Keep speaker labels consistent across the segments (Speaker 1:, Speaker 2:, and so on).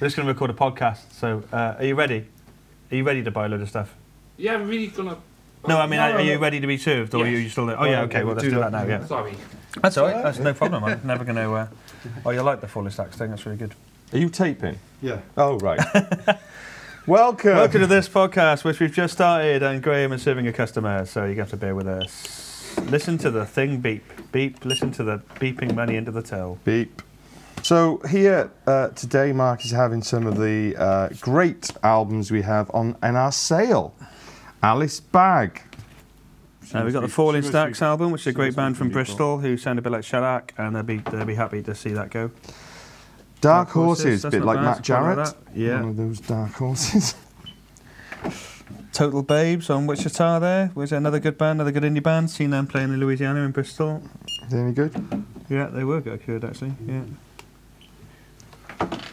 Speaker 1: We're just going to record a podcast. So, uh, are you ready? Are you ready to buy a load of stuff?
Speaker 2: Yeah, I'm really gonna.
Speaker 1: No, I mean,
Speaker 2: No,
Speaker 1: are,
Speaker 2: no,
Speaker 1: are you
Speaker 2: no.
Speaker 1: ready to be served, or are
Speaker 2: Yes.
Speaker 1: you still? There? Oh yeah,
Speaker 3: Well,
Speaker 1: okay.
Speaker 3: okay,
Speaker 1: Well,
Speaker 3: we'll
Speaker 1: let's
Speaker 3: do
Speaker 1: do that
Speaker 3: that.
Speaker 1: now. Yeah,
Speaker 2: Sorry.
Speaker 1: that's all right. That's no problem. I'm never going to. Uh... Oh, you like the full stacks thing? That's really good.
Speaker 4: Are you taping?
Speaker 3: Yeah.
Speaker 4: Oh, right. Welcome.
Speaker 1: Welcome to this podcast, which we've just started, and Graham is serving a customer, so you have to bear with us. Listen to the thing beep, beep. Listen to the beeping money into the till.
Speaker 4: Beep.
Speaker 3: So here uh, today, Mark is having some of the uh, great albums we have on in our sale. Alice Bag.
Speaker 1: Uh, we've got the Falling Stacks album, which is a great band from Bristol who sound a bit like Shellac, and they'll be they'll be happy to see that go. Dark
Speaker 3: Dark
Speaker 1: Horses,
Speaker 3: Horses, a
Speaker 1: that's
Speaker 3: bit
Speaker 1: not
Speaker 3: like
Speaker 1: bad,
Speaker 3: Matt
Speaker 1: it's quite like
Speaker 3: Jarrett.
Speaker 1: that, yeah.
Speaker 3: One of those dark horses.
Speaker 1: Total Babes on Wichita. There was another good band, another good indie band. Seen them playing in Louisiana in Bristol.
Speaker 3: Is any good?
Speaker 1: Yeah, they were good, good actually. Yeah.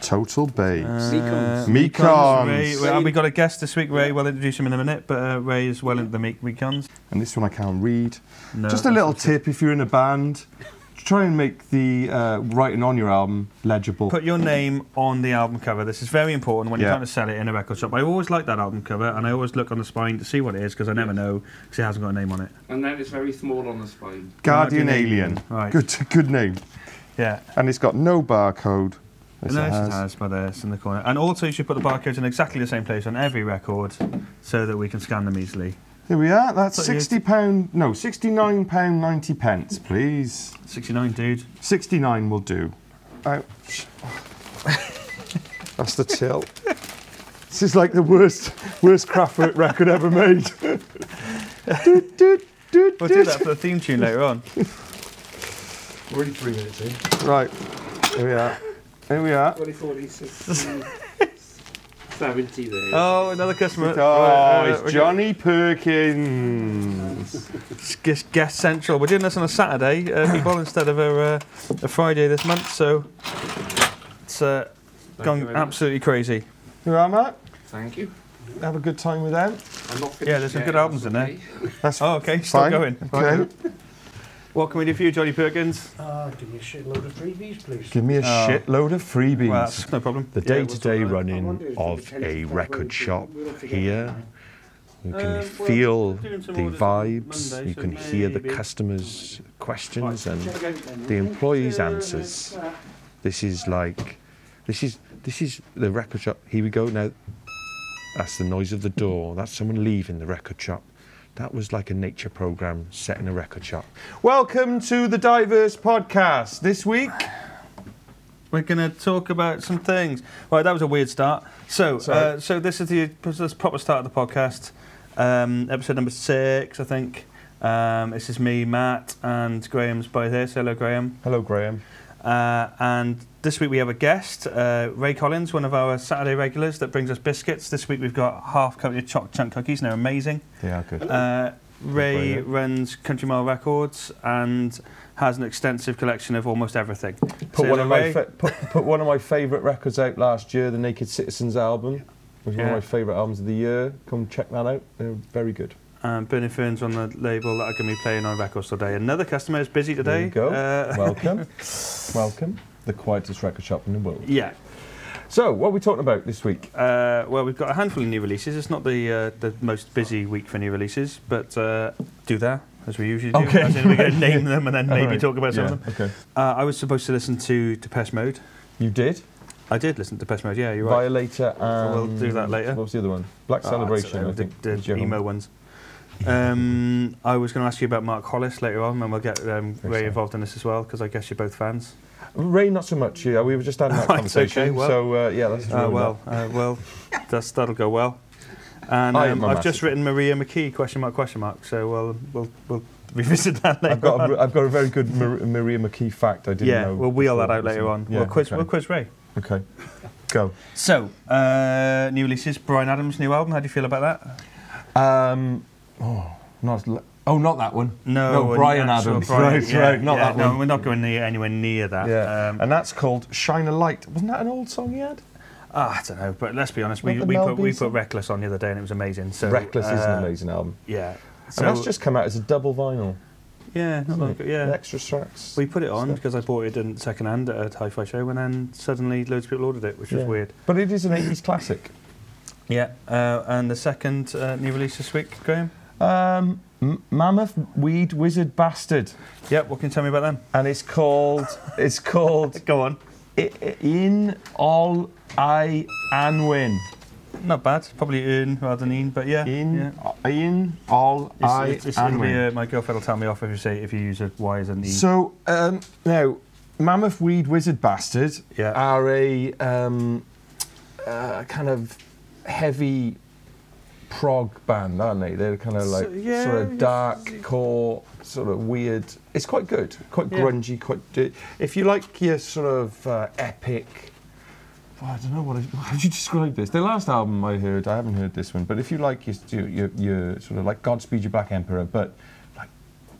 Speaker 3: Total Babes.
Speaker 1: Uh,
Speaker 3: Mekons.
Speaker 1: Mekons,
Speaker 3: Mekons.
Speaker 1: Ray, well, and we got a guest this week, Ray. We'll introduce him in a minute, but uh, Ray is well into the Meek Mekons.
Speaker 3: and this one I can't read.
Speaker 1: No,
Speaker 3: Just a
Speaker 1: that's
Speaker 3: little
Speaker 1: not-
Speaker 3: tip if you're in a band, try and make the uh, writing on your album legible.
Speaker 1: Put your name on the album cover. This is very important when you're
Speaker 3: Yeah.
Speaker 1: trying to sell it in a record shop. I always like that album cover, and I always look on the spine to see what it is because I never know because it hasn't got a name on it.
Speaker 2: And then it's very small on the spine.
Speaker 3: Guardian
Speaker 1: Guardian
Speaker 3: Alien.
Speaker 1: Right.
Speaker 3: Good, good name.
Speaker 1: Yeah.
Speaker 3: And it's got no barcode. Yes,
Speaker 1: And
Speaker 3: it
Speaker 1: there's
Speaker 3: has.
Speaker 1: has. has by there, it's in the corner. And also, you should put the barcodes in exactly the same place on every record so that we can scan them easily.
Speaker 3: There we are. That's
Speaker 1: Thought you'd-
Speaker 3: sixty pound. No, sixty-nine pound ninety pence, please.
Speaker 1: 69, dude.
Speaker 3: Sixty-nine will do. Ouch. That's the till. this is like the worst, worst Kraftwerk record ever made. doot, doot, doot,
Speaker 1: We'll do
Speaker 3: doot.
Speaker 1: that for the theme tune later on.
Speaker 2: Already three minutes in.
Speaker 3: Right. Here we are. Here we are.
Speaker 2: 24, 16, 70 there.
Speaker 1: Oh, another customer. uh,
Speaker 3: Oh, it's
Speaker 1: John.
Speaker 3: Johnny Perkins.
Speaker 1: guest, guest central. We're doing this on a Saturday, uh, people, instead of a, uh, a Friday this month. So it's uh,
Speaker 2: you
Speaker 1: gone
Speaker 2: very much.
Speaker 1: absolutely crazy.
Speaker 3: Here I am at.
Speaker 2: Thank you.
Speaker 3: Have a good time with them.
Speaker 2: I'm not finished
Speaker 1: Yeah, there's some
Speaker 2: yet,
Speaker 1: good albums in there.
Speaker 2: okay.
Speaker 3: That's
Speaker 1: Oh, okay, still
Speaker 3: fine.
Speaker 1: going.
Speaker 3: Okay.
Speaker 1: What can we do for you, Johnny Perkins?
Speaker 5: Ah, give me a shitload of freebies, please.
Speaker 3: Give me a
Speaker 1: Oh.
Speaker 3: shitload of freebies.
Speaker 1: Well, that's no problem.
Speaker 6: The
Speaker 3: Yeah, it was
Speaker 6: day-to-day
Speaker 3: all right.
Speaker 5: I wonder
Speaker 6: running
Speaker 5: if we
Speaker 6: of
Speaker 5: can
Speaker 6: a
Speaker 5: find ways
Speaker 6: record
Speaker 5: to-
Speaker 6: shop
Speaker 5: we'll have to get
Speaker 6: here.
Speaker 5: that.
Speaker 6: You
Speaker 1: Uh,
Speaker 6: can
Speaker 1: well,
Speaker 6: feel
Speaker 1: doing some
Speaker 6: the
Speaker 1: orders on
Speaker 6: vibes.
Speaker 1: Monday,
Speaker 6: you
Speaker 1: so
Speaker 6: can hear the
Speaker 1: maybe-
Speaker 6: customers' questions and
Speaker 5: Check out then,
Speaker 6: the
Speaker 5: yeah.
Speaker 6: employees' answers. This is like, this is this is the record shop. Here we go now. That's the noise of the door. That's someone leaving the record shop. That was like a nature program set in a record shop.
Speaker 3: Welcome to the Diverse Podcast. This week,
Speaker 1: We're going to talk about some things. Right, that was a weird start. So, uh, so this is the this is the proper start of the podcast, um, episode number six, I think. Um, this is me, Matt, and Graham's by there. So hello, Graham.
Speaker 3: hello Graham.
Speaker 1: Uh, and this week we have a guest, uh, Ray Collins, one of our Saturday regulars that brings us biscuits. This week we've got half company of choc chunk cookies, and they're amazing.
Speaker 3: They are good.
Speaker 1: Uh, Ray
Speaker 3: Brilliant.
Speaker 1: runs Country Mile Records and has an extensive collection of almost everything.
Speaker 3: Put
Speaker 1: Say
Speaker 3: one,
Speaker 1: hello,
Speaker 3: of my
Speaker 1: Ray.
Speaker 3: fa- put, put one of my favourite records out last year, the Naked Citizens album. was
Speaker 1: Yeah.
Speaker 3: one of my favourite albums of the year. Come check that out. They're very good.
Speaker 1: um, Bernie Ferns on the label that are going to be playing on records today. Another customer is busy today.
Speaker 3: There you go.
Speaker 1: Uh,
Speaker 3: Welcome. Welcome. The quietest record shop in the world.
Speaker 1: yeah.
Speaker 3: So, what are we talking about this week?
Speaker 1: Uh, well, we've got a handful of new releases. It's not the uh, the most busy week for new releases, but uh, do that as we usually do.
Speaker 3: Okay.
Speaker 1: As in, we're going to name them and then maybe
Speaker 3: Alright.
Speaker 1: talk about some
Speaker 3: Yeah,
Speaker 1: of them.
Speaker 3: Okay.
Speaker 1: Uh, I was supposed to listen to Depeche Mode.
Speaker 3: You did?
Speaker 1: I did listen to Depeche Mode. Yeah, you're right.
Speaker 3: Violator and.
Speaker 1: we'll do that later.
Speaker 3: What was the other one? Black
Speaker 1: Oh,
Speaker 3: Celebration, I
Speaker 1: that's it,
Speaker 3: think.
Speaker 1: The,
Speaker 3: was the
Speaker 1: the
Speaker 3: other one.
Speaker 1: emo ones. Um, I was going to ask you about Mark Hollis later on, and we'll get um,
Speaker 3: Very
Speaker 1: Ray
Speaker 3: sad.
Speaker 1: involved in this as well because I guess you're both fans.
Speaker 3: Ray, not so much. Yeah, we were just having that
Speaker 1: Right,
Speaker 3: conversation.
Speaker 1: okay, well.
Speaker 3: so uh, yeah, that's
Speaker 1: Uh,
Speaker 3: ruined
Speaker 1: well, uh, well, that's that'll go well. And
Speaker 3: I am
Speaker 1: um,
Speaker 3: a
Speaker 1: I've just
Speaker 3: massive-
Speaker 1: written Maria McKee question mark question mark. So we'll we'll, we'll revisit that
Speaker 3: that.
Speaker 1: later.
Speaker 3: I've got
Speaker 1: on.
Speaker 3: a, I've got a very good Mar- Maria McKee fact I didn't
Speaker 1: yeah,
Speaker 3: know.
Speaker 1: we'll wheel
Speaker 3: before
Speaker 1: that out
Speaker 3: this
Speaker 1: later
Speaker 3: one.
Speaker 1: on.
Speaker 3: Yeah,
Speaker 1: we'll quiz
Speaker 3: okay.
Speaker 1: we'll quiz Ray.
Speaker 3: Okay, go.
Speaker 1: So uh, new releases, Brian Adams' new album. How do you feel about that?
Speaker 3: Um, oh, not l- oh, not that one.
Speaker 1: No,
Speaker 3: No,
Speaker 1: an
Speaker 3: Brian
Speaker 1: actual
Speaker 3: Adams.
Speaker 1: Brian-
Speaker 3: Right,
Speaker 1: yeah,
Speaker 3: right, not
Speaker 1: yeah,
Speaker 3: that
Speaker 1: no,
Speaker 3: one.
Speaker 1: we're not going near, anywhere near that.
Speaker 3: Yeah,
Speaker 1: Um,
Speaker 3: and that's called Shine a Light. Wasn't that an old song he had?
Speaker 1: ah, I don't know, but let's be honest.
Speaker 3: Not
Speaker 1: We,
Speaker 3: the
Speaker 1: we
Speaker 3: Mel
Speaker 1: put
Speaker 3: B
Speaker 1: we put
Speaker 3: song?
Speaker 1: Reckless on the other day, and it was amazing. So
Speaker 3: Reckless is
Speaker 1: uh,
Speaker 3: an amazing album,
Speaker 1: Yeah.
Speaker 3: and that's just come out as a double vinyl.
Speaker 1: Yeah, not long ago. Yeah.
Speaker 3: Extra tracks.
Speaker 1: We put it on because I bought it in second hand at a hi-fi show, and then suddenly loads of people ordered it, which was
Speaker 3: Yeah.
Speaker 1: weird.
Speaker 3: But it is an 80s classic.
Speaker 1: Yeah, uh, and the second uh, new release this week, Graham.
Speaker 3: Um, M- Mammoth Weed Wizard Bastard.
Speaker 1: Yep, what can you tell me about them?
Speaker 3: And it's called. It's called.
Speaker 1: Go on.
Speaker 3: I- I- In All I Anwin.
Speaker 1: Not bad. Probably Earn rather than Ian, but yeah.
Speaker 3: In uh,
Speaker 1: yeah.
Speaker 3: In All
Speaker 1: It's,
Speaker 3: I
Speaker 1: it's, it's, it'll
Speaker 3: Anwin.
Speaker 1: be, uh, my girlfriend will tell me off if you say if you use a Y as an E.
Speaker 3: So um, now, mammoth weed wizard bastard
Speaker 1: Yeah.
Speaker 3: are a um, uh, kind of heavy prog band, aren't they? They're kind of
Speaker 1: So-
Speaker 3: like
Speaker 1: yeah,
Speaker 3: sort
Speaker 1: yes.
Speaker 3: of dark core, sort of weird. It's quite good, quite
Speaker 1: Yeah.
Speaker 3: grungy, quite. d- If you like your sort of uh, epic. oh, I don't know what I, how do you describe this. The last album I heard, I haven't heard this one, but if you like your, your, your sort of like Godspeed Your Black Emperor, but like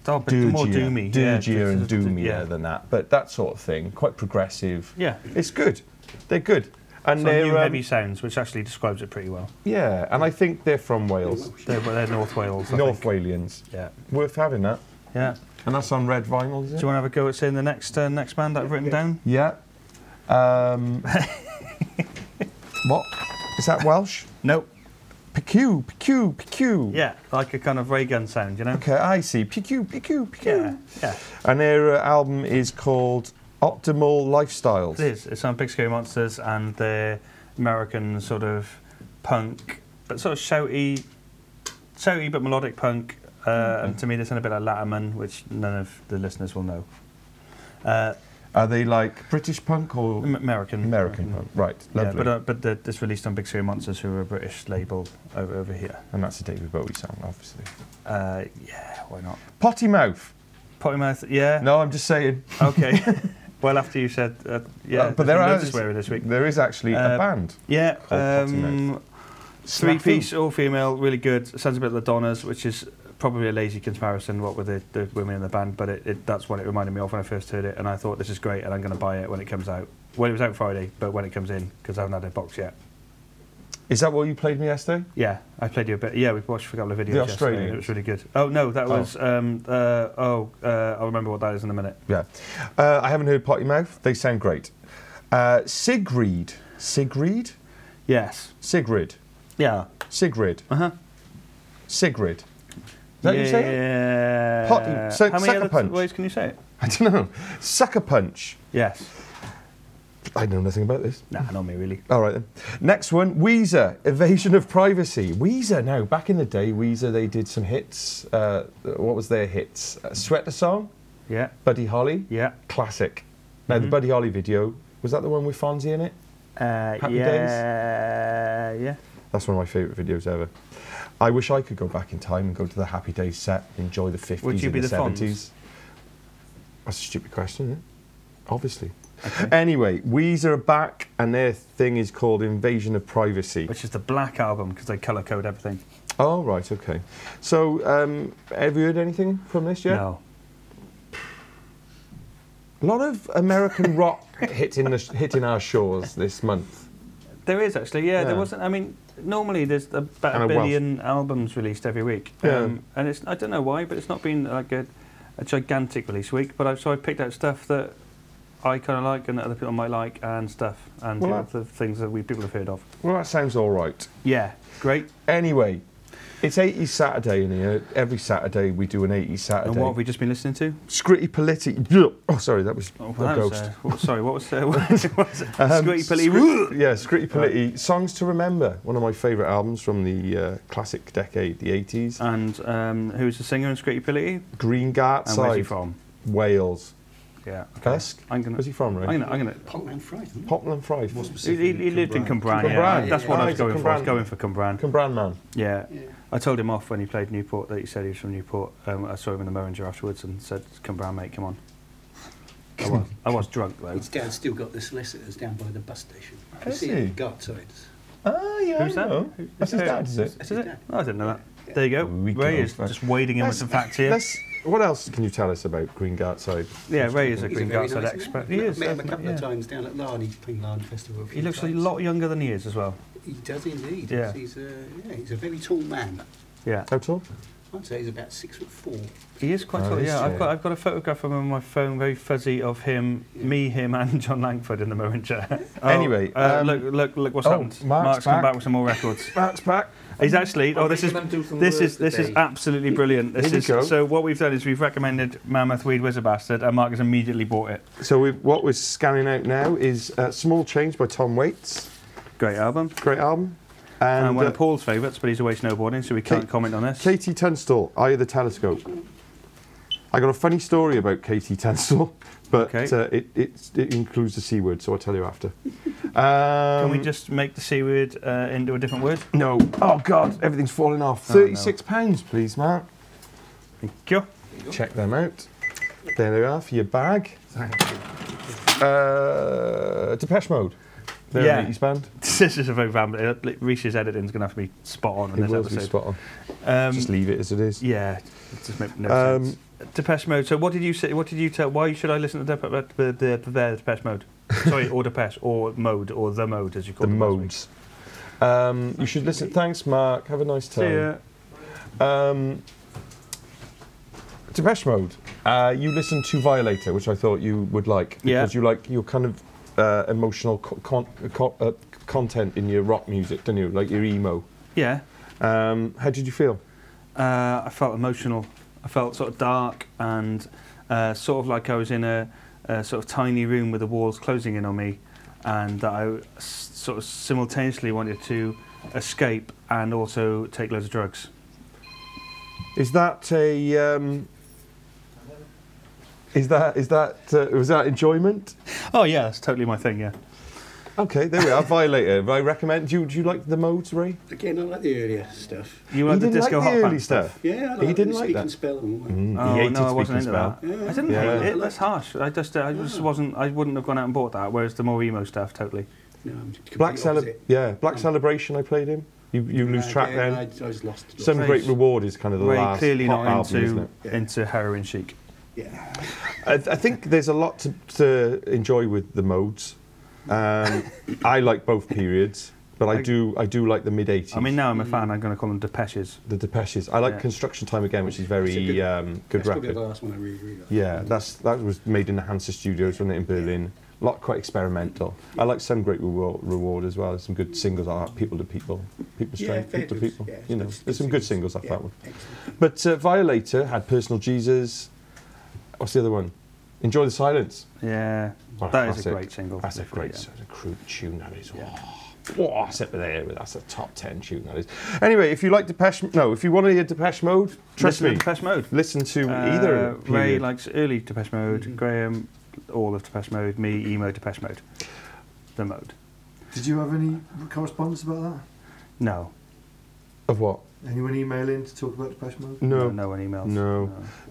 Speaker 1: Oh, but
Speaker 3: doogier,
Speaker 1: more doomy. yeah,
Speaker 3: doogier and
Speaker 1: d- d- d-
Speaker 3: doomier
Speaker 1: Yeah.
Speaker 3: than that. But that sort of thing, quite progressive.
Speaker 1: yeah.
Speaker 3: It's good. They're good, and
Speaker 1: So
Speaker 3: they're
Speaker 1: new
Speaker 3: um,
Speaker 1: heavy sounds, which actually describes it pretty well.
Speaker 3: yeah. And I think they're from Wales,
Speaker 1: They're, well, they're North Wales. I
Speaker 3: North
Speaker 1: think.
Speaker 3: Walians.
Speaker 1: Yeah.
Speaker 3: Worth having that.
Speaker 1: Yeah.
Speaker 3: And that's on red vinyl, is
Speaker 1: Do
Speaker 3: it?
Speaker 1: you want to have a go at saying the next uh, next band that I've written down?
Speaker 3: yeah. Um, what is that Welsh?
Speaker 1: Nope.
Speaker 3: PQ, PQ, PQ.
Speaker 1: Yeah, like a kind of ray gun sound, you know?
Speaker 3: Okay, I see. PQ, PQ, PQ.
Speaker 1: Yeah, yeah.
Speaker 3: And their uh, album is called Optimal Lifestyles.
Speaker 1: It is. It's on Big Scary Monsters and the American sort of punk, but sort of shouty, shouty but melodic punk. Uh, And to me, they sound a bit like Latterman, which none of the listeners will know. Uh,
Speaker 3: Are they like British punk or
Speaker 1: Am- American.
Speaker 3: American punk? Right,
Speaker 1: Yeah,
Speaker 3: lovely.
Speaker 1: but uh, but the, it's released on Big Scary Monsters, who are a British label over, over here.
Speaker 3: and that's a David Bowie song, obviously.
Speaker 1: Uh, yeah, why not?
Speaker 3: Potty Mouth.
Speaker 1: Pottymouth, yeah.
Speaker 3: No, I'm just saying.
Speaker 1: Okay. well, after you said, uh, yeah,
Speaker 3: Uh, but there are
Speaker 1: swearing this week.
Speaker 3: There is actually
Speaker 1: Uh,
Speaker 3: a band.
Speaker 1: Yeah,
Speaker 3: Called Potty
Speaker 1: um, three piece, all female, really good. Sounds a bit like Donna's, which is probably a lazy comparison. What with the, the women in the band, but it, it, that's what it reminded me of when I first heard it, and I thought this is great, and I'm going to buy it when it comes out. Well, it was out Friday, but when it comes in, because I haven't had a box yet.
Speaker 3: Is that what you played me yesterday?
Speaker 1: Yeah, I played you a bit. Yeah, we watched a couple of videos.
Speaker 3: The
Speaker 1: yesterday, and
Speaker 3: Australians.
Speaker 1: It was really good. Oh no, that
Speaker 3: Oh.
Speaker 1: was. Um, uh, oh, uh, I'll remember what that is in a minute.
Speaker 3: Yeah. Uh, I haven't heard Potty Mouth. They sound great. Uh, Sigrid. Sigrid?
Speaker 1: Yes.
Speaker 3: Sigrid.
Speaker 1: Yeah.
Speaker 3: Sigrid.
Speaker 1: Uh huh.
Speaker 3: Sigrid. Is that
Speaker 1: yeah.
Speaker 3: you say? it? Potty- so-
Speaker 1: How many
Speaker 3: sucker
Speaker 1: other t-
Speaker 3: punch.
Speaker 1: ways can you say it?
Speaker 3: I don't know. Sucker Punch.
Speaker 1: Yes.
Speaker 3: I know nothing about this.
Speaker 1: Nah, not me really.
Speaker 3: All right then. Next one, Weezer, Evasion of Privacy. Weezer, now back in the day, Weezer, they did some hits. Uh, what was their hits? Uh, Sweater Song,
Speaker 1: Yeah.
Speaker 3: Buddy Holly,
Speaker 1: Yeah.
Speaker 3: classic. Now
Speaker 1: Mm-hmm.
Speaker 3: the Buddy Holly video, was that the one with Fonzie in it?
Speaker 1: Uh,
Speaker 3: Happy
Speaker 1: yeah, yeah.
Speaker 3: That's one of my favourite videos ever. I wish I could go back in time and go to the Happy Days set, enjoy the 50s
Speaker 1: Would you
Speaker 3: and
Speaker 1: be
Speaker 3: the,
Speaker 1: the Fonz?
Speaker 3: 70s. That's a stupid question, isn't it? Obviously. Anyway, Weezer are back and their thing is called Invasion of Privacy.
Speaker 1: Which is the black album because they color code everything.
Speaker 3: Oh, right, okay. So, um, have you heard anything from this yet?
Speaker 1: No.
Speaker 3: A lot of American rock hitting, the sh- hitting our shores this month.
Speaker 1: There is actually, yeah, There
Speaker 3: Yeah.
Speaker 1: wasn't. I mean, normally there's about
Speaker 3: And
Speaker 1: a
Speaker 3: a Welsh.
Speaker 1: billion albums released every week, Um,
Speaker 3: Yeah.
Speaker 1: and it's I don't know why, but it's not been like a, a gigantic release week. But I, so I picked out stuff that I kind of like and that other people might like, and stuff, and
Speaker 3: Well,
Speaker 1: you know,
Speaker 3: that-
Speaker 1: the things that we people have heard of.
Speaker 3: Well, that sounds all right.
Speaker 1: Yeah, great.
Speaker 3: Anyway, it's 80s Saturday in here. Every Saturday we do an 80s Saturday.
Speaker 1: And what have we just been listening to?
Speaker 3: Scritty Politti. Oh, sorry, that was
Speaker 1: Oh,
Speaker 3: a
Speaker 1: well, that was,
Speaker 3: ghost.
Speaker 1: uh, what- sorry, what was, uh, what was it?
Speaker 3: Um,
Speaker 1: Squirty Pilly
Speaker 3: Scri- yeah, Scritty Politti.
Speaker 1: Uh.
Speaker 3: Songs to Remember, one of my favourite albums from the uh, classic decade, the 80s.
Speaker 1: And um, who's the singer in Squirty Pilly?
Speaker 3: Green Gart
Speaker 1: And where's he
Speaker 3: side,
Speaker 1: from?
Speaker 3: Wales.
Speaker 1: Yeah.
Speaker 3: Esk?
Speaker 1: I'm gonna.
Speaker 3: Where's he from, Ray?
Speaker 1: I'm gonna. I'm gonna.
Speaker 4: Potland Fry, isn't it?
Speaker 3: Popland Fife.
Speaker 4: More
Speaker 1: He,
Speaker 4: specifically,
Speaker 1: he, he lived in Cumbran. Yeah.
Speaker 3: Cumbran.
Speaker 1: That's what
Speaker 3: Yeah,
Speaker 1: I was
Speaker 3: he's a
Speaker 1: going for. I was
Speaker 3: Cumbran.
Speaker 1: going for Cumbran.
Speaker 3: Cumbran man.
Speaker 1: Yeah.
Speaker 4: Yeah.
Speaker 1: I told him off when he played Newport that he said he was from Newport. Um, I saw him in the Meringer afterwards and said, "Cumbran, mate, come on." I was, I was drunk though.
Speaker 4: It's down, still got the solicitors down by the bus station. You can
Speaker 3: Is
Speaker 4: see
Speaker 3: he?
Speaker 4: it, Gartsides.
Speaker 3: Ah, yeah,
Speaker 1: Who's
Speaker 3: I
Speaker 1: that?
Speaker 3: know.
Speaker 1: Who-
Speaker 3: That's his
Speaker 1: who-
Speaker 3: dad, is it?
Speaker 4: That's
Speaker 1: Is
Speaker 4: his
Speaker 1: it?
Speaker 4: dad.
Speaker 1: Oh, I didn't know that.
Speaker 4: Yeah.
Speaker 1: There you go.
Speaker 3: We
Speaker 1: Ray
Speaker 3: go
Speaker 1: is
Speaker 3: back.
Speaker 1: just wading in with
Speaker 3: Let's-
Speaker 1: some facts here.
Speaker 3: Let's- what else can you tell us about Green Gart side?
Speaker 1: Yeah, Ray is a
Speaker 4: He's
Speaker 1: green
Speaker 4: very
Speaker 1: Garside
Speaker 4: nice
Speaker 1: expert.
Speaker 4: man.
Speaker 1: He is.
Speaker 4: Met him a
Speaker 1: definitely,
Speaker 4: couple of
Speaker 1: yeah.
Speaker 4: times down at Larn. He's playing Larn Festival. A few
Speaker 1: He looks a
Speaker 4: times.
Speaker 1: lot younger than he is as well.
Speaker 4: He does indeed. uh,
Speaker 1: Yeah.
Speaker 4: He's, a, yeah, he's a very tall man.
Speaker 1: Yeah.
Speaker 3: How tall?
Speaker 4: I'd say he's about six foot four.
Speaker 1: He is quite
Speaker 3: Oh,
Speaker 1: tall.
Speaker 3: he's
Speaker 1: Yeah, I've
Speaker 3: tall.
Speaker 1: got I've got a photograph of him on my phone, very fuzzy, of him, me, him, and John Langford in the Merwin chair. Oh,
Speaker 3: Anyway,
Speaker 1: uh,
Speaker 3: um,
Speaker 1: look, look, look, what's
Speaker 3: oh,
Speaker 1: happened?
Speaker 3: Mark's
Speaker 1: come
Speaker 3: back.
Speaker 1: back with some more records.
Speaker 3: That's back.
Speaker 1: He's actually. Oh, this is This is this is absolutely brilliant. This
Speaker 3: Here we
Speaker 1: is
Speaker 3: go.
Speaker 1: so. What we've done is we've recommended Mammoth Weed Wizard Bastard, and Mark has immediately bought it.
Speaker 3: So we what we're scanning out now is uh, Small Change by Tom Waits.
Speaker 1: Great album,
Speaker 3: Great album.
Speaker 1: and,
Speaker 3: And,
Speaker 1: one
Speaker 3: uh,
Speaker 1: of Paul's favourites, but he's away snowboarding, so we can't
Speaker 3: Kate-
Speaker 1: comment on this.
Speaker 3: Katie Tunstall, Eye of the Telescope. I got a funny story about Katie Tunstall, but
Speaker 1: Okay.
Speaker 3: uh, it, it, it includes the C word, so I'll tell you after.
Speaker 1: Can
Speaker 3: Um,
Speaker 1: we just make the C word uh, into a different word?
Speaker 3: No. Oh, God, everything's falling off.
Speaker 1: Oh, no.
Speaker 3: £36, please, Mark.
Speaker 1: Thank you.
Speaker 3: Check them out. There they are for your bag. Uh, Depeche Mode. They're
Speaker 1: Yeah.
Speaker 3: an 80s band.
Speaker 1: This is a very bad. Reese's editing's going to have to be spot on on
Speaker 3: It
Speaker 1: this
Speaker 3: will be
Speaker 1: episode.
Speaker 3: spot on.
Speaker 1: Um,
Speaker 3: just leave it as it is.
Speaker 1: yeah, it just make no
Speaker 3: Um,
Speaker 1: sense. Depeche Mode. So, what did you say? What did you tell? Why should I listen to Depeche, the, the, the Depeche Mode? Sorry, or Depeche, or Mode, or the Mode, as you call
Speaker 3: The
Speaker 1: them last week.
Speaker 3: modes. Um, you should listen. Thanks, Mark. Have a nice
Speaker 1: So,
Speaker 3: time.
Speaker 1: yeah,
Speaker 3: Um, Depeche Mode. Uh, you listened to Violator, which I thought you would like
Speaker 1: Yeah.
Speaker 3: because you like your kind of uh, emotional co- con- co- uh, content in your rock music, don't you? Like your emo.
Speaker 1: yeah.
Speaker 3: Um, how did you feel?
Speaker 1: uh, I felt emotional. I felt sort of dark and uh, sort of like I was in a, a sort of tiny room with the walls closing in on me, and that I s- sort of simultaneously wanted to escape and also take loads of drugs.
Speaker 3: Is that a? Um, is that is that uh, was that enjoyment?
Speaker 1: Oh yeah, that's totally my thing. Yeah.
Speaker 3: Okay, there we are. Violator. I recommend. Do you, do you like the modes, Ray?
Speaker 4: Again, I like the earlier stuff.
Speaker 1: You like
Speaker 3: He
Speaker 1: the
Speaker 3: didn't
Speaker 1: disco
Speaker 3: like the
Speaker 1: hot
Speaker 3: early
Speaker 1: pants
Speaker 3: stuff.
Speaker 4: Yeah, I
Speaker 3: He
Speaker 4: like
Speaker 3: didn't
Speaker 4: the
Speaker 3: like
Speaker 4: speak
Speaker 3: that. Mm.
Speaker 4: and spell and all that.
Speaker 1: Oh
Speaker 3: he
Speaker 1: no, I
Speaker 3: hated Speak and
Speaker 1: wasn't into
Speaker 3: Spell.
Speaker 1: that.
Speaker 4: Yeah.
Speaker 1: I didn't
Speaker 3: Yeah.
Speaker 1: hate it. That's harsh. I just, I just wasn't. I wouldn't have gone out and bought that. Whereas the more emo stuff, totally.
Speaker 4: No, I'm complete
Speaker 3: Black
Speaker 4: opposite.
Speaker 3: Celeb- yeah, Black
Speaker 4: Mm.
Speaker 3: Celebration. I played him. You you lose
Speaker 4: Uh,
Speaker 3: track
Speaker 4: yeah,
Speaker 3: then.
Speaker 4: I, I was lost.
Speaker 3: Some
Speaker 1: Right.
Speaker 3: Great Reward is kind of the
Speaker 1: Way
Speaker 3: last
Speaker 1: clearly
Speaker 3: pop
Speaker 1: not
Speaker 3: album, isn't
Speaker 1: into
Speaker 3: it?
Speaker 4: it?
Speaker 1: into heroin chic.
Speaker 4: Yeah.
Speaker 3: I, I think there's a lot to, to enjoy with the modes. Um, I like both periods, but I
Speaker 1: I-
Speaker 3: do I do like the mid 80s.
Speaker 1: I mean, now I'm a fan. I'm going to call them Depeches.
Speaker 3: the Depeches. I like
Speaker 1: Yeah.
Speaker 3: Construction Time again, which is very
Speaker 4: It's a good-
Speaker 3: good, um, good
Speaker 4: That's probably
Speaker 3: record.
Speaker 4: the last one I really, really liked.
Speaker 3: Yeah, that's that was made in the Hansa Studios, wasn't it, in Berlin? A lot quite experimental. I like some great reward, reward as well. There's some good singles like that, people to people, people
Speaker 4: Yeah,
Speaker 3: straight,
Speaker 4: fair
Speaker 3: people to
Speaker 4: dues,
Speaker 3: people.
Speaker 4: yeah,
Speaker 3: you know,
Speaker 4: it's
Speaker 3: there's some good singles off
Speaker 4: Yeah,
Speaker 3: that one.
Speaker 4: excellent.
Speaker 3: But uh, Violator had Personal Jesus. What's the other one? Enjoy the Silence.
Speaker 1: Yeah,
Speaker 3: What a
Speaker 1: that is a
Speaker 3: classic.
Speaker 1: great single.
Speaker 3: That's a great
Speaker 1: Yeah.
Speaker 3: sort of crude tune, that is.
Speaker 4: Yeah.
Speaker 3: Oh, oh, that's up there. That's a top 10 tune, that is. Anyway, if you like Depeche... No, if you want to hear Depeche Mode, trust
Speaker 1: Listen to
Speaker 3: me,
Speaker 1: Depeche Mode.
Speaker 3: listen to
Speaker 1: Uh,
Speaker 3: either
Speaker 1: Ray
Speaker 3: period. Mm.
Speaker 1: likes early Depeche Mode.
Speaker 4: Mhm.
Speaker 1: Graham, all of Depeche Mode. Me, emo Depeche Mode. The mode.
Speaker 6: Did you have any correspondence about
Speaker 1: No,
Speaker 3: Of what?
Speaker 6: that? Anyone email in to talk about Depeche Mode?
Speaker 1: no,
Speaker 3: No, no,
Speaker 1: no one emails.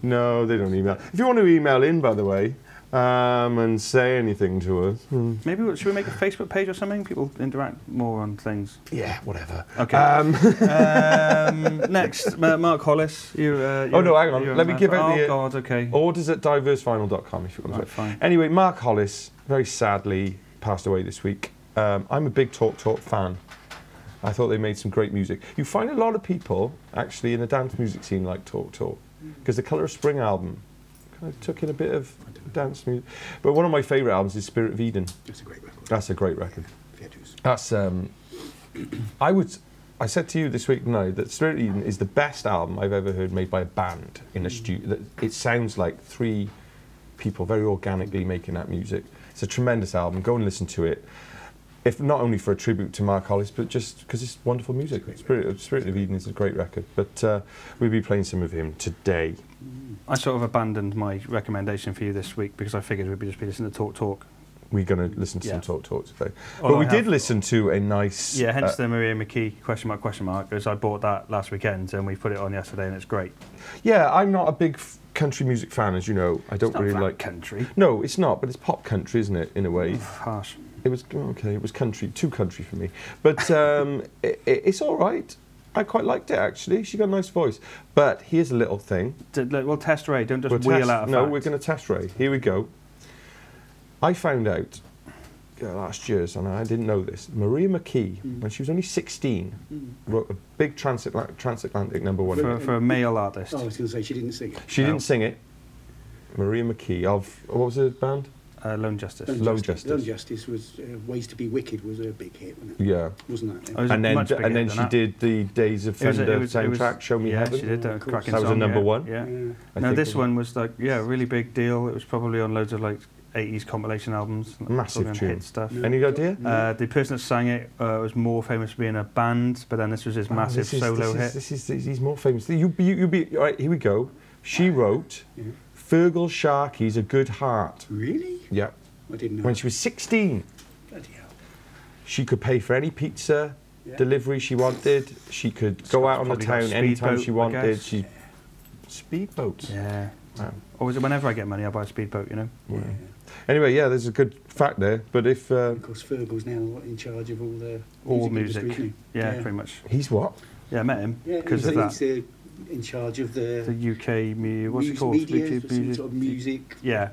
Speaker 3: No. they don't email. If you want to email in, by the way, um, and say anything to us... hmm,
Speaker 1: Maybe we- should we make a Facebook page or something? People interact more on things.
Speaker 3: Yeah, whatever.
Speaker 1: Okay.
Speaker 3: Um,
Speaker 1: um, next, Ma- Mark Hollis. You. Uh, you're-
Speaker 3: Oh, no, hang on.
Speaker 1: you're a
Speaker 3: Let me
Speaker 1: man-
Speaker 3: give out
Speaker 1: Oh
Speaker 3: the- uh,
Speaker 1: God. Okay.
Speaker 3: orders at diversevinyl.com if you want to
Speaker 1: Right, fine.
Speaker 3: Anyway, Mark Hollis very sadly passed away this week. Um, I'm a big Talk Talk fan. I thought they made some great music. You find a lot of people actually in the dance music scene like Talk Talk because the Colour of Spring album kind of took in a bit of dance music. But one of my favourite albums is Spirit of Eden.
Speaker 4: That's a great record.
Speaker 3: That's a great record.
Speaker 4: Fair dues.
Speaker 3: That's um, I would. I said to you this week, no, that Spirit of Eden is the best album I've ever heard made by a band in a
Speaker 1: Mm.
Speaker 3: studio. That it sounds like three people very organically making that music. It's a tremendous album. Go and listen to it. If not only for a tribute to Mark Hollis, but just because it's wonderful music. Spirit, of- Spirit of Eden is a great record, but uh, we'll be playing some of him today.
Speaker 1: I sort of abandoned my recommendation for you this week because I figured we'd be just be listening to Talk Talk.
Speaker 3: We're going to listen to
Speaker 1: Yeah.
Speaker 3: some Talk Talk today.
Speaker 1: Although
Speaker 3: but we
Speaker 1: I
Speaker 3: did
Speaker 1: have-
Speaker 3: listen to a nice.
Speaker 1: Yeah, hence
Speaker 3: uh,
Speaker 1: the Maria McKee question mark question mark because I bought that last weekend and we put it on yesterday and it's great.
Speaker 3: yeah, I'm not a big f- country music fan, as you know. I don't
Speaker 1: It's not
Speaker 3: really
Speaker 1: that
Speaker 3: like
Speaker 1: country. Mm.
Speaker 3: No, it's not, but it's pop country, isn't it? In a way,
Speaker 1: Harsh.
Speaker 3: it was oh, okay. It was country, too country for me, but um, i i it's all right. I quite liked it actually. She got a nice voice. But here's a little thing.
Speaker 1: D- look, We'll test Ray. Don't just
Speaker 3: We'll
Speaker 1: wheel
Speaker 3: test-
Speaker 1: out. A
Speaker 3: no,
Speaker 1: fact.
Speaker 3: we're going to test Ray. Here we go. I found out uh, last year's, and I didn't know this. Maria McKee,
Speaker 1: Mm.
Speaker 3: when she was only 16,
Speaker 4: Mm.
Speaker 3: wrote a big transatla- transatlantic number one.
Speaker 1: for, for a male artist.
Speaker 4: Oh, I was going to say she didn't sing it.
Speaker 3: She
Speaker 1: No.
Speaker 3: didn't sing it. Maria McKee of what was the band?
Speaker 1: Uh, Lone Justice.
Speaker 3: Lone Justice.
Speaker 4: Lone Justice was uh, Ways to Be Wicked was her big hit, wasn't it?
Speaker 3: Yeah.
Speaker 4: Wasn't that?
Speaker 1: Oh,
Speaker 4: then?
Speaker 1: is it
Speaker 3: And then
Speaker 1: much bigger
Speaker 3: and then
Speaker 1: than
Speaker 3: she
Speaker 1: that?
Speaker 3: did the Days of
Speaker 1: It was a-
Speaker 3: Thunder
Speaker 1: it was- it was-
Speaker 3: soundtrack. Show me
Speaker 1: yeah,
Speaker 3: heaven.
Speaker 1: she did a
Speaker 4: Of course.
Speaker 1: cracking
Speaker 3: That was a
Speaker 1: song,
Speaker 3: number
Speaker 1: yeah,
Speaker 3: one.
Speaker 1: Yeah.
Speaker 4: Yeah.
Speaker 3: I
Speaker 1: no,
Speaker 3: think
Speaker 1: this
Speaker 3: it was
Speaker 1: one was like yeah, a really big deal. It was probably on loads of like '80s compilation albums, like,
Speaker 3: Massive
Speaker 1: fucking
Speaker 3: tune.
Speaker 1: hit stuff.
Speaker 4: Yeah.
Speaker 3: Any idea?
Speaker 1: Uh, the person that sang it uh, was more famous for being a band, but then this was his
Speaker 3: Oh,
Speaker 1: massive
Speaker 3: this is-
Speaker 1: solo
Speaker 3: this
Speaker 1: hit.
Speaker 3: Is, this is, this- he's more famous. You, you, you be all right. Here we go. She wrote
Speaker 4: Yeah.
Speaker 3: Fergal Sharkey's "A Good Heart."
Speaker 4: Really?
Speaker 3: Yeah.
Speaker 4: I didn't know.
Speaker 3: When she was 16,
Speaker 4: Bloody hell.
Speaker 3: she could pay for any pizza
Speaker 4: Yeah.
Speaker 3: delivery she wanted. She could go out on the
Speaker 1: Probably got a
Speaker 3: town anytime
Speaker 1: speedboat,
Speaker 3: she
Speaker 1: I
Speaker 3: wanted.
Speaker 1: guess.
Speaker 3: She speedboats.
Speaker 1: yeah.
Speaker 3: Wow.
Speaker 1: Or was it Um, whenever I get money, I buy a speedboat, you know?
Speaker 4: Yeah.
Speaker 3: Anyway, yeah, there's a good fact there. But if uh,
Speaker 4: Of course, Fergal's now in charge of all the
Speaker 1: All music.
Speaker 4: music. industry,
Speaker 1: Yeah,
Speaker 4: Yeah.
Speaker 1: pretty much.
Speaker 3: he's what?
Speaker 1: Yeah, I met him
Speaker 4: isn't he? Yeah,
Speaker 1: because of
Speaker 4: he's,
Speaker 1: that.
Speaker 4: he's, uh, in charge of
Speaker 1: The
Speaker 4: the,
Speaker 1: UK mu what's it
Speaker 4: mus-
Speaker 1: called?
Speaker 4: media,
Speaker 1: Speak-
Speaker 4: some sort of music.
Speaker 1: Yeah,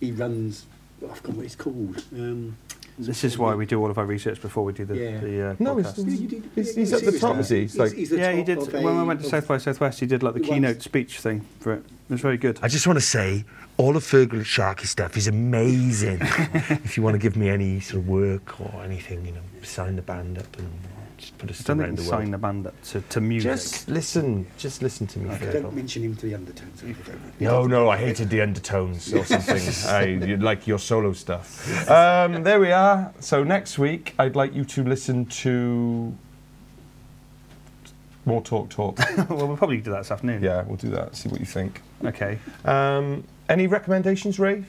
Speaker 4: He runs. oh, I've forgotten what it's called. Um,
Speaker 1: this is why we do all of our research before we do the,
Speaker 4: Yeah.
Speaker 1: the uh,
Speaker 3: No,
Speaker 1: podcast.
Speaker 3: it's-
Speaker 4: you did-
Speaker 3: He's-
Speaker 4: yeah,
Speaker 3: he's at the
Speaker 4: seriously.
Speaker 3: top, is he? It's like-
Speaker 4: the
Speaker 1: yeah, he
Speaker 4: top
Speaker 1: did.
Speaker 4: of
Speaker 1: When
Speaker 4: a-
Speaker 1: we went to
Speaker 4: of-
Speaker 1: South by Southwest, he did like the
Speaker 4: He won-
Speaker 1: keynote speech thing for it. It was very good.
Speaker 6: I just want to say, all of Fergal Sharkey stuff is amazing. if you want to give me any sort of work or anything, you know, sign the band up and just put
Speaker 1: I
Speaker 6: us
Speaker 1: don't think
Speaker 6: around
Speaker 1: you
Speaker 6: the
Speaker 1: can
Speaker 6: world.
Speaker 1: sign the band up to, to music.
Speaker 3: Just listen. Just listen to me,
Speaker 4: Don't
Speaker 3: Fergal.
Speaker 4: mention him to the undertones. I don't know.
Speaker 6: No, no, I hated the undertones or something. I you like your solo stuff. Um,
Speaker 3: There we are. So next week, I'd like you to listen to more talk talk.
Speaker 1: well, we'll probably do that this afternoon.
Speaker 3: yeah, we'll do that. See what you think.
Speaker 1: Okay.
Speaker 3: Um, any recommendations, Ray?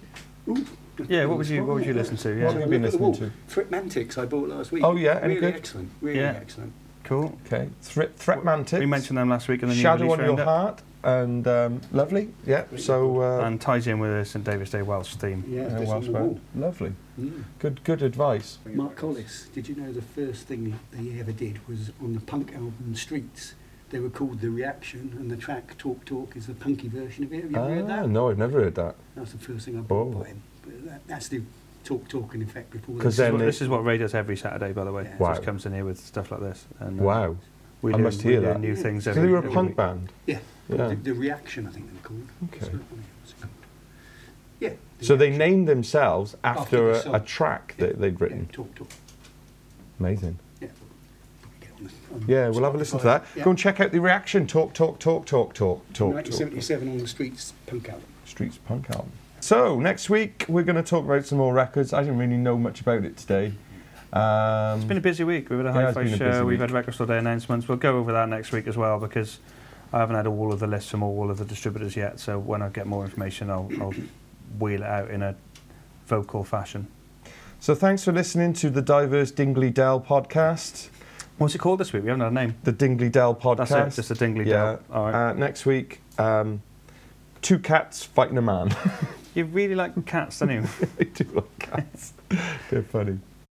Speaker 1: Yeah. What would you What would you listen to?
Speaker 3: What have
Speaker 1: Yeah.
Speaker 3: you been
Speaker 4: Look at the
Speaker 3: listening
Speaker 4: wall.
Speaker 3: to?
Speaker 4: Threatmantics I bought last week.
Speaker 3: Oh, yeah, any
Speaker 4: really
Speaker 3: good?
Speaker 4: excellent. Really
Speaker 1: Yeah.
Speaker 4: excellent.
Speaker 1: Cool.
Speaker 3: Okay, Thre- Threatmantic.
Speaker 1: We mentioned them last week, and then
Speaker 3: Shadow
Speaker 1: you
Speaker 3: on
Speaker 1: really
Speaker 3: Your
Speaker 1: phoned up.
Speaker 3: Heart and um, lovely. Yeah. So uh,
Speaker 1: and ties in with the St David's Day Welsh theme.
Speaker 4: Yeah,
Speaker 3: uh,
Speaker 4: that's on
Speaker 3: Welsh
Speaker 4: the
Speaker 3: band.
Speaker 4: wall.
Speaker 3: Lovely.
Speaker 4: Mm.
Speaker 3: Good. Good advice.
Speaker 4: Mark Collis, did you know the first thing they ever did was on the punk album Streets? They were called The Reaction, and the track Talk Talk is the punky version of it. Have you ever heard
Speaker 3: Ah,
Speaker 4: that?
Speaker 3: no, I've never heard that.
Speaker 4: That's the first thing I bought
Speaker 3: Oh.
Speaker 4: by him. But that, that's the Talk Talk in effect before
Speaker 1: This
Speaker 3: 'Cause
Speaker 4: they-
Speaker 1: is,
Speaker 3: Then
Speaker 1: what,
Speaker 3: it-
Speaker 1: this is what Ray does every Saturday, by the way.
Speaker 4: Yeah.
Speaker 3: Wow.
Speaker 1: Just comes in here with stuff like this. And, uh,
Speaker 3: Wow.
Speaker 1: We
Speaker 3: I
Speaker 1: do,
Speaker 3: must
Speaker 1: we
Speaker 3: hear
Speaker 1: do
Speaker 3: that.
Speaker 1: New things
Speaker 3: So
Speaker 1: every
Speaker 3: they were a
Speaker 1: every
Speaker 3: punk
Speaker 1: week.
Speaker 3: band.
Speaker 4: Yeah.
Speaker 3: Yeah.
Speaker 4: The, the Reaction, I think they were called.
Speaker 3: Okay.
Speaker 4: That's what it was. Yeah. The
Speaker 3: So they
Speaker 4: Reaction.
Speaker 3: named themselves
Speaker 4: After
Speaker 3: after
Speaker 4: the
Speaker 3: a, a
Speaker 4: song.
Speaker 3: track that they'd written.
Speaker 4: Yeah, talk Talk.
Speaker 3: Amazing.
Speaker 4: Yeah. Probably get on the- on
Speaker 3: Yeah, we'll have a listen to that.
Speaker 4: Spotify. Yeah.
Speaker 3: Go and check out the reaction. Talk, talk, talk, talk, talk, talk, talk.
Speaker 4: 1977 on the streets punk album.
Speaker 3: Streets Punk album. So next week we're going to talk about some more records. I didn't really know much about it today. Um,
Speaker 1: It's been a busy week. We've had a
Speaker 3: Yeah,
Speaker 1: high
Speaker 3: it's
Speaker 1: fi
Speaker 3: been a busy
Speaker 1: show. We've
Speaker 3: week.
Speaker 1: had record store day announcements. We'll go over that next week as well because I haven't had all of the lists from all of the distributors yet. So when I get more information, I'll, I'll wheel it out in a vocal fashion.
Speaker 3: so thanks for listening to the Diverse Dingley Dell podcast.
Speaker 1: What's it called this week? We haven't had a name.
Speaker 3: The Dingley Dell podcast.
Speaker 1: That's it. Just a dingly
Speaker 3: yeah.
Speaker 1: dell. All right.
Speaker 3: Uh, next week, um, two cats fighting a man.
Speaker 1: you really like cats, don't you?
Speaker 3: I do like cats. They're funny.